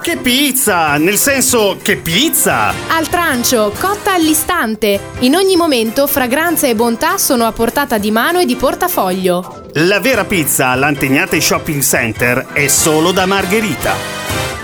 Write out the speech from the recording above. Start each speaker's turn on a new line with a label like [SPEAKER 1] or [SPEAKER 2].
[SPEAKER 1] Che pizza! Nel senso, che pizza!
[SPEAKER 2] Al trancio, cotta all'istante. In ogni momento fragranza e bontà sono a portata di mano e di portafoglio.
[SPEAKER 1] La vera pizza all'Antegnate Shopping Center è solo da Margherita.